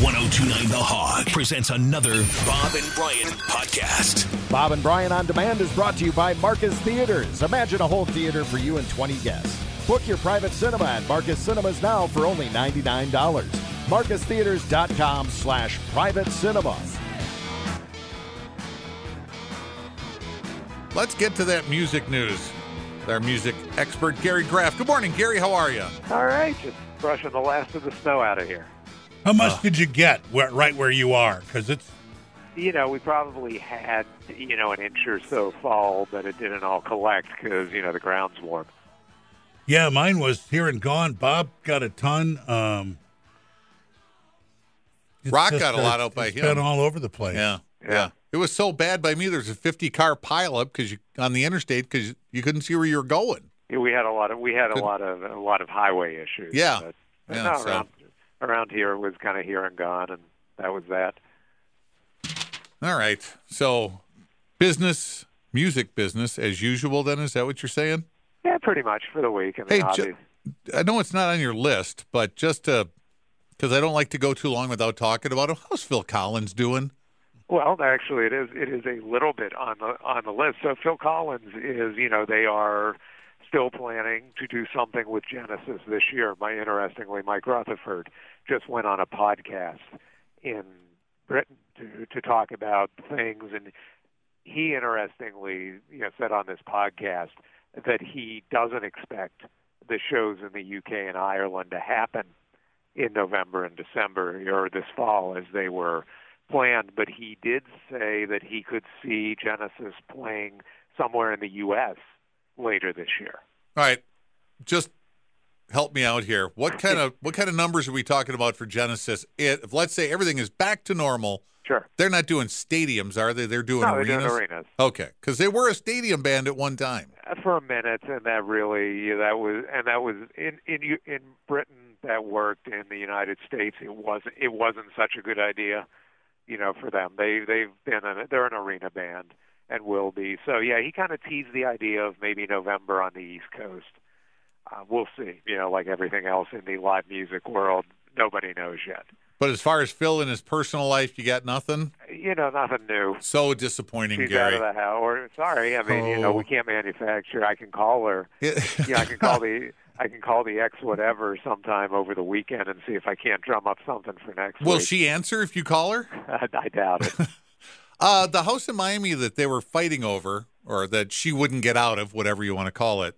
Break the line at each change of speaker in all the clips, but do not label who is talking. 1029 The Hog presents another Bob and Brian podcast.
Bob and Brian on Demand is brought to you by Marcus Theaters. Imagine a whole theater for you and 20 guests. Book your private cinema at Marcus Cinemas now for only $99. MarcusTheaters.com slash private cinema.
Let's get to that music news. With Our music expert, Gary Graff. Good morning, Gary. How are you?
All right, just brushing the last of the snow out of here.
How much did you get where, right where you are? Because it's
You know, we probably had, you know, an inch or so fall, but it didn't all collect because, you know, the ground's warm.
yeah, mine was here and gone. Bob got a ton. Um, it's
Rock got a lot
it's-
out by
it's
him.
Been all over the place.
Yeah,
Yeah.
It was so bad by me. There's a 50 car pileup because you on the interstate because you couldn't see where you were going.
Yeah, We had a lot of we had a
Good.
lot of a lot of highway issues.
Yeah.
but, but
Yeah,
no,
so-
around around here it was kind of here and gone, and that was that.
All right. So, business, music business as usual. Then is that what you're saying?
Yeah, pretty much for the week. I mean,
Hey,
obvi-
ju- I know it's not on your list, but just to because I don't like to go too long without talking about him. How's Phil Collins doing?
Well, actually, it is. It is a little bit on the on the list. So Phil Collins is, you know, they are still planning to do something with Genesis this year. My interestingly, Mike Rutherford just went on a podcast in Britain to to talk about things, and he interestingly, you know, said on this podcast that he doesn't expect the shows in the UK and Ireland to happen in November and December or this fall as they were planned, but he did say that he could see Genesis playing somewhere in the U.S. later this year.
All right, just help me out here. What kind of what kind of numbers are we talking about for Genesis? It, if let's say everything is back to normal,
Sure.
they're not doing stadiums, are they? They're doing
No, they're
arenas.
doing arenas
Okay, because they were a stadium band at one time.
Uh, for a minute, and that really that was and that was in in U- in Britain that worked. In the United States, it wasn't it wasn't such a good idea, you know, for them. They they've been an, they're an arena band and will be. So yeah, he kind of teased the idea of maybe November on the East Coast. Uh, we'll see. You know, like everything else in the live music world, nobody knows yet.
But as far as Phil in his personal life, you got nothing.
you know, nothing new.
So disappointing,
She's out
Gary.
of the house. Or sorry, I mean, you know,
Oh.
we can't manufacture. I can call her. Yeah, I can call the I can call the ex whatever sometime over the weekend and see if I can't drum up something for next
Will
week.
she answer if you call her?
I doubt it.
Uh, the house in Miami that they were fighting over, or that she wouldn't get out of, whatever you want to call it.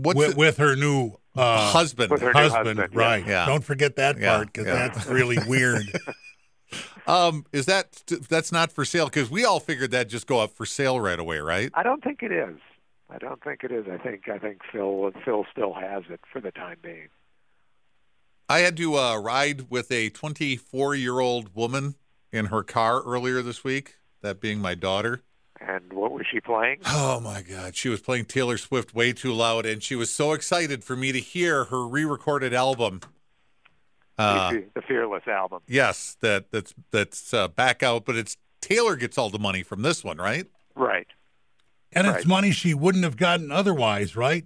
What's
With,
it-
with her new uh,
husband?
With her new
husband,
husband, yeah.
right?
Yeah.
Don't forget that
Yeah,
part because
yeah.
that's really weird.
Um, is that that's not for sale? Because we all figured that just go up for sale right away, right?
I don't think it is. I don't think it is. I think I think Phil Phil still has it for the time being.
I had to uh, ride with a 24 year old woman in her car earlier this week. That being my daughter.
And what was she playing?
Oh my God, she was playing Taylor Swift way too loud, and she was so excited for me to hear her re-recorded album. Uh,
the Fearless album.
yes, that that's that's uh, back out, but it's Taylor gets all the money from this one, right?
Right.
and
Right.
it's money she wouldn't have gotten otherwise, right?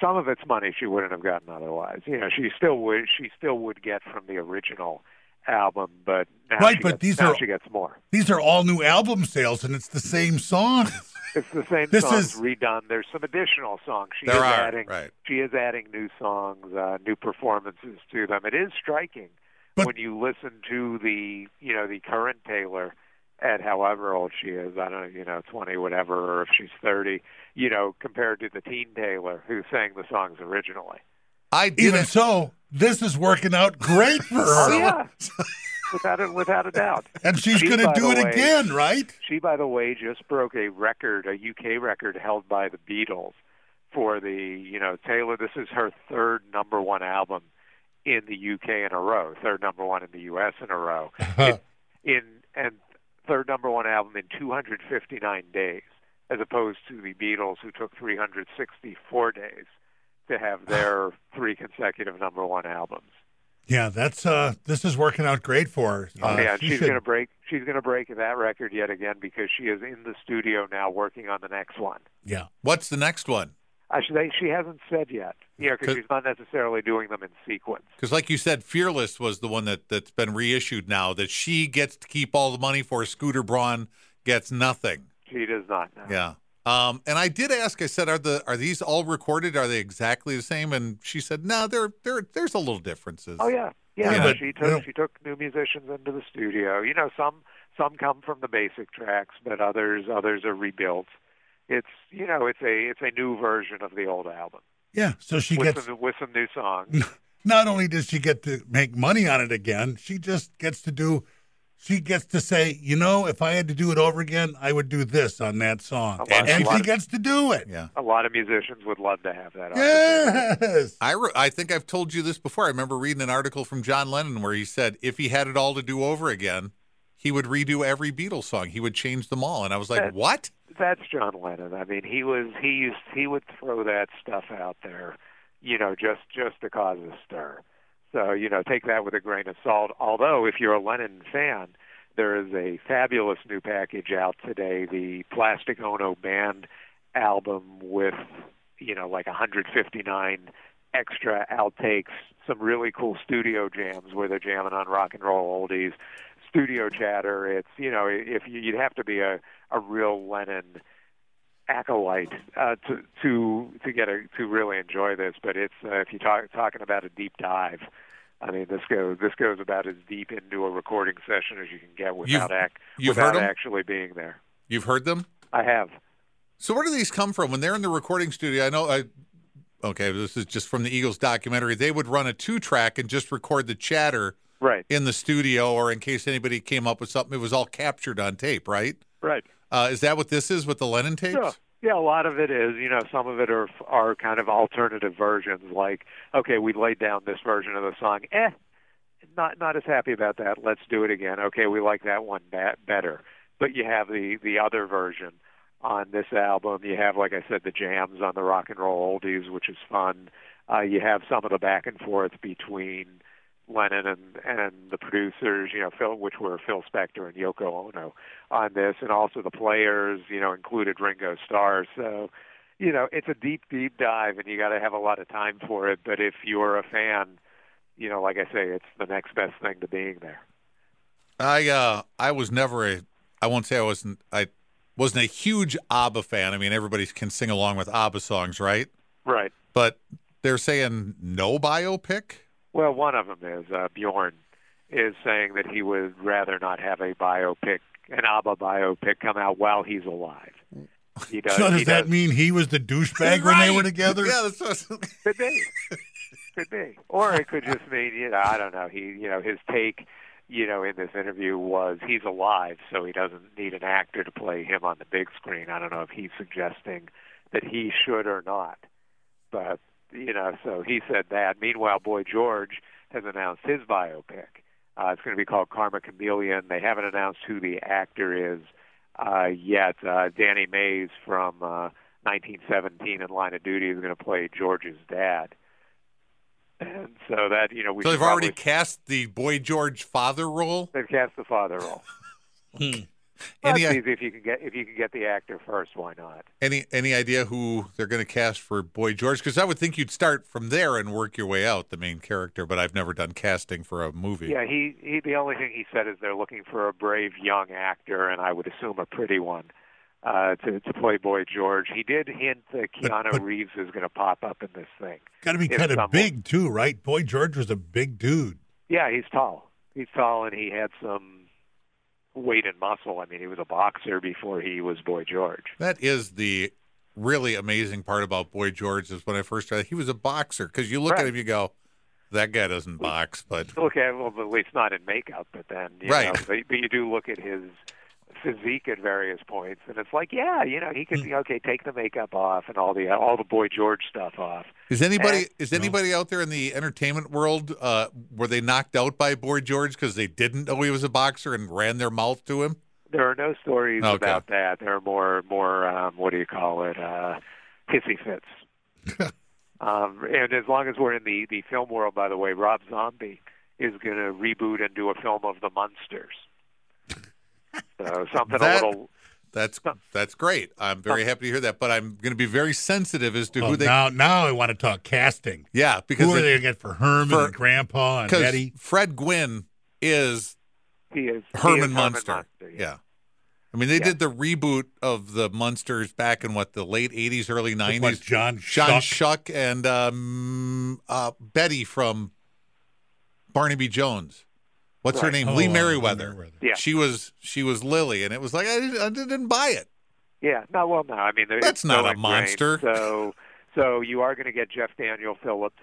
some of it's money she wouldn't have gotten otherwise. You know, she still would she still would get from the original album, but now
Right,
she
but
gets,
these
now
are-
she gets more.
These are all new album sales, and it's the same song.
It's the same
This
songs
is-
redone. There's some additional songs she
There
is
are,
adding.
right.
She is adding new songs, uh, new performances to them. It is striking
But-
when you listen to the you know the current Taylor at however old she is. I don't know, you know, 20 whatever, or if she's 30. You know, compared to the teen Taylor who sang the songs originally.
I did
Even
it.
so, this is working out great for her,
Oh yeah, without a, without a doubt.
and she's
She,
going to
by
do
the
it
way-
again, right?
She, by the way, just broke a record, a UK record held by the Beatles for the you know Taylor. This is her third number one album in the UK in a row, third number one in the US in a row, in and third number one album in 259 days, as opposed to the Beatles who took 364 days to have their three consecutive number one albums.
Yeah, that's uh this is working out great for her. Uh,
Oh, yeah, and
she
she's
should-
going to break. She's going to break that record yet again because she is in the studio now working on the next one.
Yeah.
What's the next one?
Uh, she, they, she hasn't said yet. Yeah, because
Could-
she's not necessarily doing them in sequence.
Because, like you said, Fearless was the one that that's been reissued now. That she gets to keep all the money for. Scooter Braun gets nothing.
She does not know.
Yeah. Um, and I did ask. I said, "Are the are these all recorded? Are they exactly the same?" And she said, "No, there there there's a little differences."
Oh yeah, yeah.
Yeah, but-
she took
yeah.
she took new musicians into the studio. You know, some some come from the basic tracks, but others others are rebuilt. It's you know, it's a it's a new version of the old album
Yeah, so she
with
gets.
some with some new songs.
Not only does she get to make money on it again, she just gets to do. She gets to say, you know, if I had to do it over again, I would do this on that song,
A lot-
and
a
she
lot of-
gets to do it.
Yeah.
a lot of musicians would love to have that. opportunity.
Yes.
I re- I think I've told you this before. I remember reading an article from John Lennon where he said if he had it all to do over again, he would redo every Beatles song. He would change them all. And I was like,
That-
"What?"
That's John Lennon. I mean, he was he used he would throw that stuff out there, you know, just just to cause a stir. So you know, take that with a grain of salt. Although, if you're a Lennon fan, there is a fabulous new package out today, the Plastic Ono Band album with you know like 159 extra outtakes, some really cool studio jams where they're jamming on rock and roll oldies, studio chatter. It's you know if you, you'd have to be a a real Lennon acolyte uh, to to to get a, to really enjoy this. But it's uh, if you talk talking about a deep dive. I mean, this goes this goes about as deep into a recording session as you can get without ac-
you've heard
without
'em?
actually being there.
You've heard them.
I have.
So where do these come from when they're in the recording studio? I know I okay, this is just from the Eagles documentary. They would run a two track and just record the chatter
Right.
in the studio or in case anybody came up with something, it was all captured on tape, right?
Right.
Uh, is that what this is with the Lennon tapes?
Yeah, yeah, a lot of it is. You know, some of it are are kind of alternative versions. Like, okay, we laid down this version of the song. Eh, not not as happy about that. Let's do it again. Okay, we like that one that better. But you have the the other version on this album. You have, like I said, the jams on the rock and roll oldies, which is fun. Uh, you have some of the back and forth between Lennon and and the producers, you know, Phil, which were Phil Spector and Yoko Ono on this, and also the players, you know, included Ringo Starr. So, you know, it's a deep, deep dive, and you got to have a lot of time for it. But if you're a fan, you know, like I say, it's the next best thing to being there.
I uh I was never a I won't say I wasn't I wasn't a huge ABBA fan. I mean everybody can sing along with ABBA songs, right?
Right.
But they're saying no biopic?
Well, one of them is uh, Bjorn is saying that he would rather not have a biopic, an ABBA biopic, come out while he's alive. He does.
so does
he
that
does.
mean he was the douchebag when they were
Right.
together?
Yeah, that's what
Could be. could be. Or it could just mean, you know, I don't know. He, you know, his take, you know, in this interview was he's alive, so he doesn't need an actor to play him on the big screen. I don't know if he's suggesting that he should or not. But, you know, so he said that. Meanwhile, Boy George has announced his biopic. Uh, it's going to be called Karma Chameleon. They haven't announced who the actor is uh, yet. Uh, Danny Mays from uh, 1917 and Line of Duty is going to play George's dad. And so that, you know, we
So
should
they've already
probably-
cast the Boy George father role?
they've cast the father role.
Hmm.
Well,
Any
That's easy if you can get if you can get the actor first, why not?
any any idea who they're going to cast for Boy George? Because I would think you'd start from there and work your way out the main character. But I've never done casting for a movie.
Yeah, he, he the only thing he said is they're looking for a brave young actor and I would assume a pretty one uh to, to play Boy George. He did hint that
But-
Keanu
but-
Reeves is gonna pop up in this thing.
Got to be
If
kind
someone-
of big too, right? Boy George was a big dude.
Yeah, he's tall. He's tall and he had some weight and muscle. I mean he was a boxer before he was Boy George.
That is the really amazing part about Boy George is when I first started, he was a boxer. Because you look at
Right.
him, you go, that guy doesn't box, but
look at well, at least not in makeup, but then you
Right.
know, but, but you do look at his physique at various points, and it's like, yeah, you know, he could
Mm.
be okay. Take the makeup off and all the all the boy George stuff off.
is anybody
Eh.
is anybody out there in the entertainment world uh, were they knocked out by Boy George because they didn't know he was a boxer and ran their mouth to him?
There are no stories
Okay.
about that. There are more more um, what do you call it? Uh, hissy fits. um, and as long as we're in the the film world, by the way, Rob Zombie is going to reboot and do a film of the Munsters. So something
That-
a little
That's that's great. I'm very happy to hear that, but I'm going to be very sensitive as to
Well,
who they.
now, now I want to talk casting.
yeah, because
Who are
it-
they going to get for Herman
for-
and Grandpa and
'cause
Eddie?
Fred Gwynn is
He is he is
Herman Munster. yeah. I mean, they
Yeah.
did the reboot of the Munsters back in what the late '80s, early
What,
'90s.
John
John
Shuck?
Shuck, and um, uh, Betty from Barnaby Jones. What's her
Right.
name?
Oh,
Lee
uh,
Merriweather.
Yeah.
She was she was Lily, and it was like I didn't, I didn't buy it.
Yeah, no, well, no. I mean, it's
That's not
so
a
ingrained.
monster.
So, so you are going to get Jeff Daniel Phillips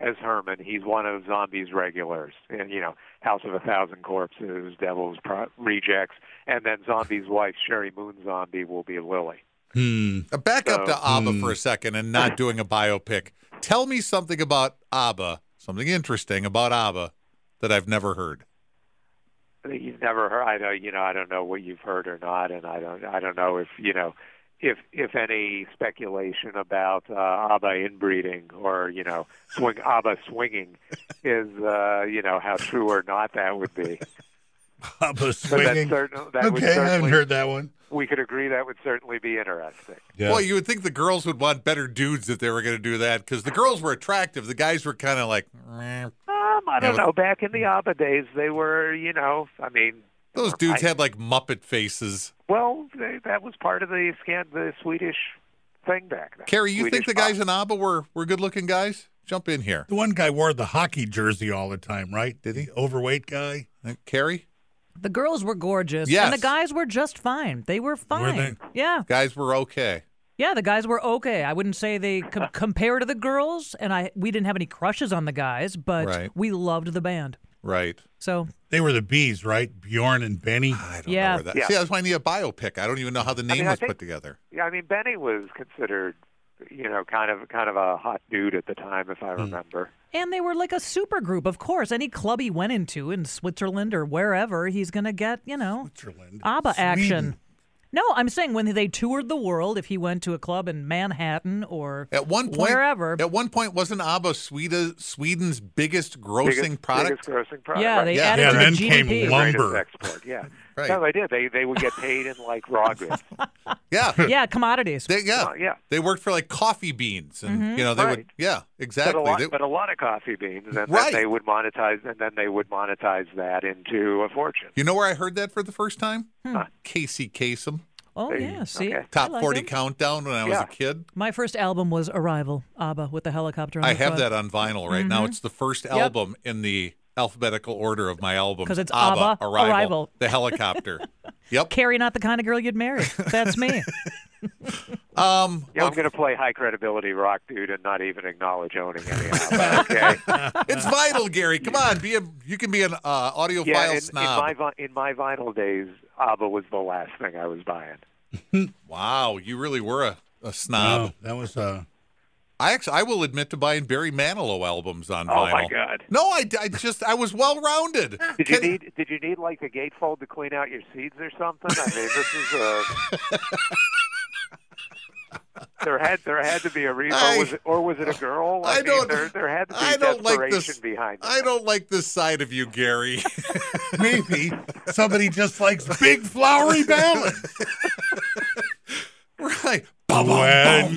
as Herman. He's one of Zombie's regulars, and you know, House of a Thousand Corpses, Devil's Pro- Rejects, and then Zombie's wife Sherry Moon Zombie will be Lily.
Hmm.
Uh, Back up to
So-
ABBA for a second and not doing a biopic. Tell me something about ABBA, something interesting about ABBA that I've never heard.
You've never heard. I know. You know. I don't know what you've heard or not, and I don't. I don't know if you know. If if any speculation about uh, Abba inbreeding or you know swing Abba swinging is uh, you know how true or not that would be.
Papa
But that
swinging.
certain- that would
okay, I haven't
certainly-
heard that one.
We could agree that would certainly be interesting.
Yeah.
Well, you would think the girls would want better dudes if they were going to do that because the girls were attractive. The guys were kind of like, "Meh."
Um, I don't
Yeah, but-
know. Back in the ABBA days, they were, you know, I mean,
those dudes
I-
had like Muppet faces.
well, they, that was part of the scan, the Swedish thing back then.
Carrie, you think
Swedish
the
pop.
guys in ABBA were, were good looking guys? Jump in here.
the one guy wore the hockey jersey all the time, right?
Did he?
The overweight guy.
Uh, Carrie?
The girls were gorgeous,
Yes.
and the guys were just fine. They were fine. Yeah,
Guys were okay.
yeah. The guys were okay. I wouldn't say they com- compare to the girls, and I we didn't have any crushes on the guys, but
Right.
we loved the band.
Right.
So
They were the bees, right? Bjorn and Benny.
I don't know
Yeah.
where that.
Yeah.
See, that's why I need a biopic. I don't even know how the name
mean, I
was
think-
put together.
Yeah, I mean, Benny was considered, you know, kind of kind of a hot dude at the time, if I
Hmm.
remember.
and they were like a super group, of course. Any club he went into in Switzerland or wherever, he's gonna get you know
Switzerland.
ABBA action.
Sweden.
No, I'm saying when they toured the world, if he went to a club in Manhattan or
At one point,
wherever,
At one point, wasn't ABBA Sweden, Sweden's biggest grossing
biggest,
product?
biggest grossing product.
yeah,
right?
they
Yeah.
added
Yeah, then
to the
came
GDP.
Lum-
Greatest
lumber.
export. Yeah,
Right.
no, they did. They they would get paid in like raw goods.
Yeah.
yeah, commodities.
They, yeah.
Oh, yeah.
They worked for like coffee beans, and
Mm-hmm.
you know they would.
Right.
Yeah,
but a
exactly.
lot,
They-
but a lot of coffee beans, and
Right.
then they would monetize, and then they would monetize that into a fortune.
you know where I heard that for the first time?
Huh.
Casey Kasem,
oh
They-
yeah, see,
okay.
Top
I Hmm. like
Forty
them.
Countdown when I was
Yeah.
a kid.
My first album was Arrival, ABBA with the helicopter. On
I
the Mm-hmm.
have that on vinyl right now. It's the first album in the alphabetical order of my albums.
'Cause it's ABBA,
Arrival,
Arrival.
the helicopter. yep.
Carrie, not the kind of girl you'd marry. That's me.
Um.
Yeah, I'm
okay.
going to play high credibility rock dude and not even acknowledge owning any of it. Okay.
It's vital, Gary. Come on, be a. You can be an uh, audiophile
yeah, in, in
snob.
my vi- in my vinyl days, ABBA was the last thing I was buying.
Wow, you really were a, a snob.
No, that was uh,
I actually, I will admit to buying Barry Manilow albums on
Oh
vinyl.
my God.
No, I, I just I was well rounded.
Did you need Did you need like a gatefold to clean out your seeds or something? I mean, this is a. There had there had to be a reason,
I-
or was it, or was it a girl?
I
mean,
don't-
There, there had to be
I don't like
desperation
this-
behind.
I
that.
don't like this side of you, Gary.
maybe somebody just likes big flowery ballads.
right.
When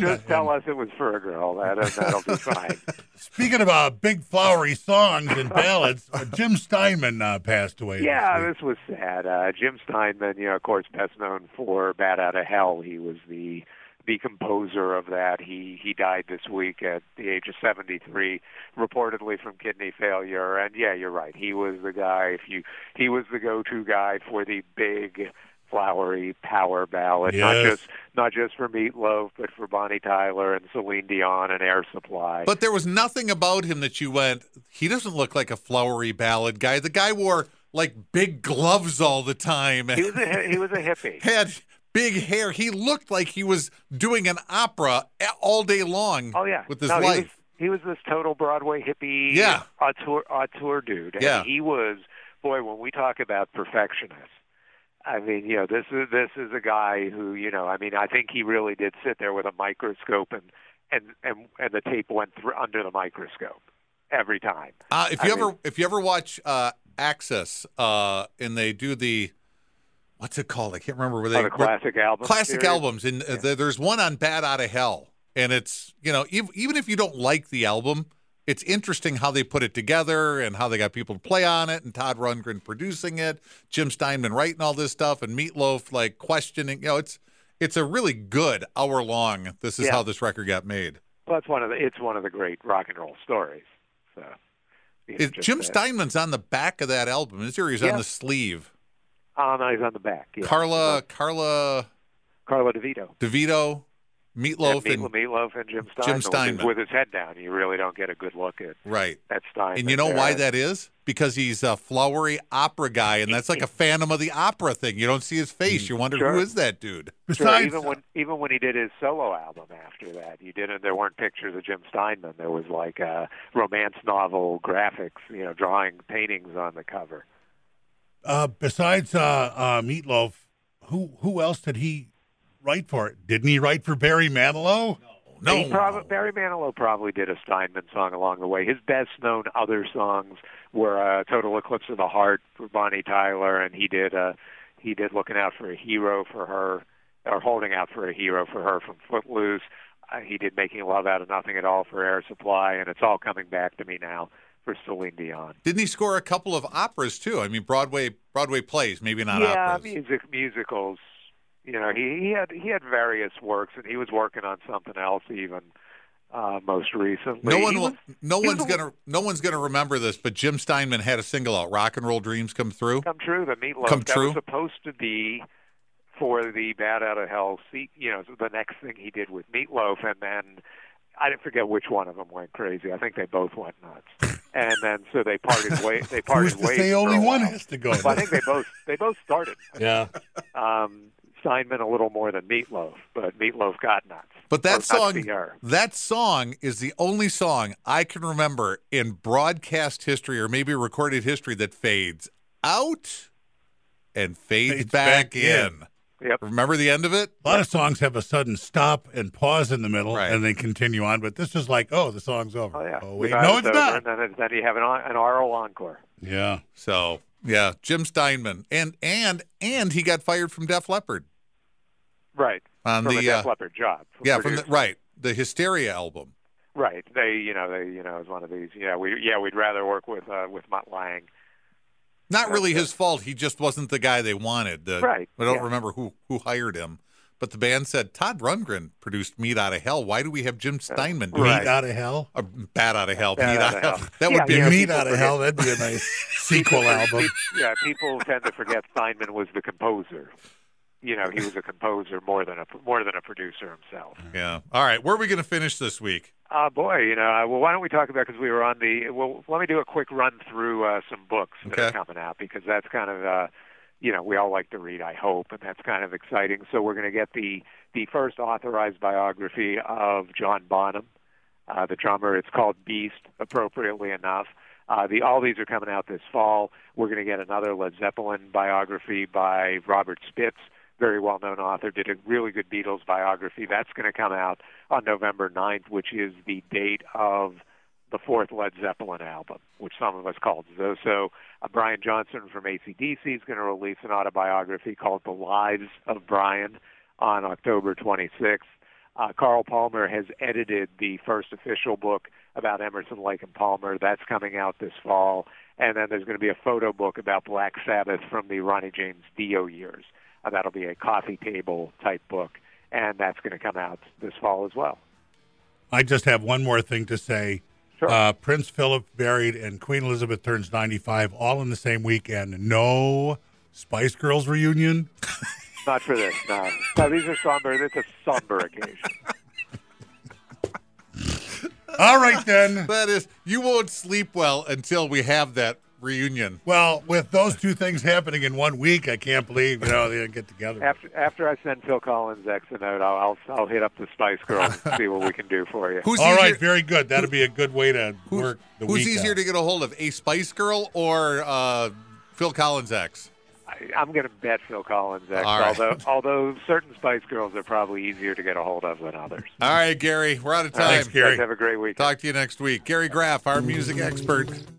Just, just tell us it was for a girl. That that'll be fine.
Speaking about big flowery songs and ballads, uh, Jim Steinman uh, passed away. this
Yeah,
week.
this was sad. Uh, Jim Steinman, you know, of course, best known for "Bad Out of Hell." He was the the composer of that. He he died this week at the age of 73, reportedly from kidney failure. And yeah, you're right. He was the guy. If you he was the go-to guy for the big flowery power ballad, not
Yes.
just not just for Meatloaf, but for Bonnie Tyler and Celine Dion and Air Supply.
But there was nothing about him that you went. He doesn't look like a flowery ballad guy. The guy wore like big gloves all the time
he
and
was a he was a hippie.
had big hair. He looked like he was doing an opera a- all day long.
Oh yeah,
with his
No, he was-
life.
He was, this total Broadway hippie,
Yeah.
auteur, auteur dude. And
Yeah.
he was boy. When we talk about perfectionist, I mean, you know, this is this is a guy who, you know, I mean, I think he really did sit there with a microscope and and and, and the tape went through under the microscope every time.
Uh, if you
I
ever
mean-
if you ever watch uh, Access uh, and they do the what's it called? I can't remember where they
on Oh, the classic album.
classic
series.
albums and uh, there- there's one on bad out of hell and it's you know ev- even if you don't like the album it's interesting how they put it together and how they got people to play on it and todd rundgren producing it jim steinman writing all this stuff and meatloaf like questioning you know it's it's a really good hour long this is
Yeah.
how this record got made
Well, it's one of the it's one of the great rock and roll stories. So you know,
Is-
just
jim
that.
steinman's on the back of that album is there he's on
Yeah.
the sleeve
Oh no, he's on the back. Yeah.
carla carla
Carla DeVito.
devito meatloaf
yeah,
and
Meatloaf, Meatloaf and Jim Steinman. with his-
Steinman.
with his head down. You really don't get a good look at
right
at Steinman.
And you know why
there.
that is? Because he's a flowery opera guy, and that's like a Phantom of the Opera thing. You don't see his face. You wonder
Sure.
who is that dude?
Sure,
Besides,
even when even when he did his solo album after that, he didn't. There weren't pictures of Jim Steinman. There was like uh, romance novel graphics, you know, drawing paintings on the cover.
uh, besides uh, uh, Meatloaf, who who else did he write for? Didn't he write for Barry Manilow?
No,
He prob- Barry Manilow probably did a Steinman song along the way. His best known other songs were uh, "Total Eclipse of the Heart" for Bonnie Tyler, and he did uh, he did "Looking Out for a Hero" for her, or "Holding Out for a Hero" for her from Footloose. Uh, he did "Making Love Out of Nothing at All" for Air Supply, and it's all coming back to me now for Celine Dion.
didn't he score a couple of operas too? I mean, Broadway Broadway plays, maybe not
yeah,
operas.
music musicals. You know, he he had he had various works, and he was working on something else even uh, most recently.
no one
He
will.
was-
No
he was
one's
a-
gonna. No one's gonna remember this. But Jim Steinman had a single out, "Rock and Roll Dreams Come Through."
come true. The meatloaf
Come
that
True?
was supposed to be for the Bad Out of Hell. se- You know, the next thing he did with meatloaf, and then I didn't forget which one of them went crazy. I think they both went nuts, and then so they parted ways. They
Who's
parted
to
ways.
say
for
only
a
one
while.
has to go?
Well, I think they both they both started.
yeah.
Um, Steinman a little more than Meatloaf, but Meatloaf got nuts.
But
Or
that
nuts
song,
to her.
that song is the only song I can remember in broadcast history or maybe recorded history that fades out and fades,
Fades
back,
back
in.
Yep.
Remember the end of it?
A lot of songs have a sudden stop and pause in the middle,
Right.
and they continue on. But this is like, oh, the song's over.
Oh yeah.
wait,
Divide
no,
us
it's
over,
not.
And then, it- then you have an, on- an RO encore.
Yeah,
So yeah, Jim Steinman and and and he got fired from Def Leppard
Right.
on
from
the
a Def
uh,
Leppard job. for
yeah from the,
producing.
right the Hysteria album.
Right. They, you know, they, you know, it's one of these. Yeah, we, yeah, we'd rather work with uh, with Mutt Lang.
Not really
Gotcha.
his fault. He just wasn't the guy they wanted. The,
Right,
I don't
yeah.
remember who who hired him, but the band said Todd Rundgren produced Meat Out of Hell. Why do we have Jim Steinman? do
meat
Uh, Right.
Meat
out of hell.
Uh, Bat out of hell.
Bat
Meat
Outta
Outta Hell.
Hell.
That would be.
Yeah,
meat
people
out of
forget-
hell. That'd be a nice sequel album.
Yeah, people tend to forget Steinman was the composer. You know, he was a composer more than a more than a producer himself.
Yeah. All right. Where are we going to finish this week?
Ah, boy, you know, I- well, why don't we talk about because we were on the. Well, let me do a quick run through uh, some books that are
Okay.
coming out because that's kind of, uh, you know, we all like to read. I hope, and that's kind of exciting. So we're going to get the the first authorized biography of John Bonham, uh, the drummer. It's called Beast, appropriately enough. Uh, the all these are coming out this fall. We're going to get another Led Zeppelin biography by Robert Spitz, very well known author. Did a really good Beatles biography. That's going to come out on November 9th, which is the date of the fourth Led Zeppelin album, which some of us called so. So uh, Brian Johnson from ACDC is going to release an autobiography called The Lives of Brian on October 26th. Uh, Carl Palmer has edited the first official book about Emerson, Lake, and Palmer. That's coming out this fall. And then there's going to be a photo book about Black Sabbath from the Ronnie James Dio years. Uh, that'll be a coffee table type book, and that's going to come out this fall as well.
I just have one more thing to say.
Sure.
Uh, Prince Philip buried and Queen Elizabeth turns 95 all in the same weekend. No Spice Girls reunion.
Not for this. No, no these are somber. It's a somber occasion.
All right, then.
That is, you won't sleep well until we have that reunion.
Well, with those two things happening in one week, I can't believe you know they didn't get together.
After after I send Phil Collins X a note, I'll I'll, I'll hit up the Spice Girls and see what we can do for you.
Who's
All
easier,
right, very good. That'll be a good way to
who's,
work the
who's
week
easier
out.
to get a hold of, a Spice Girl or uh, Phil Collins' ex?
I, I'm going to bet Phil Collins X.
All right.
Although although certain Spice Girls are probably easier to get a hold of than others.
All right, Gary, we're out of time.
Thanks, Gary.
Guys, have a great week.
Talk to you next week. Gary Graff, our music expert.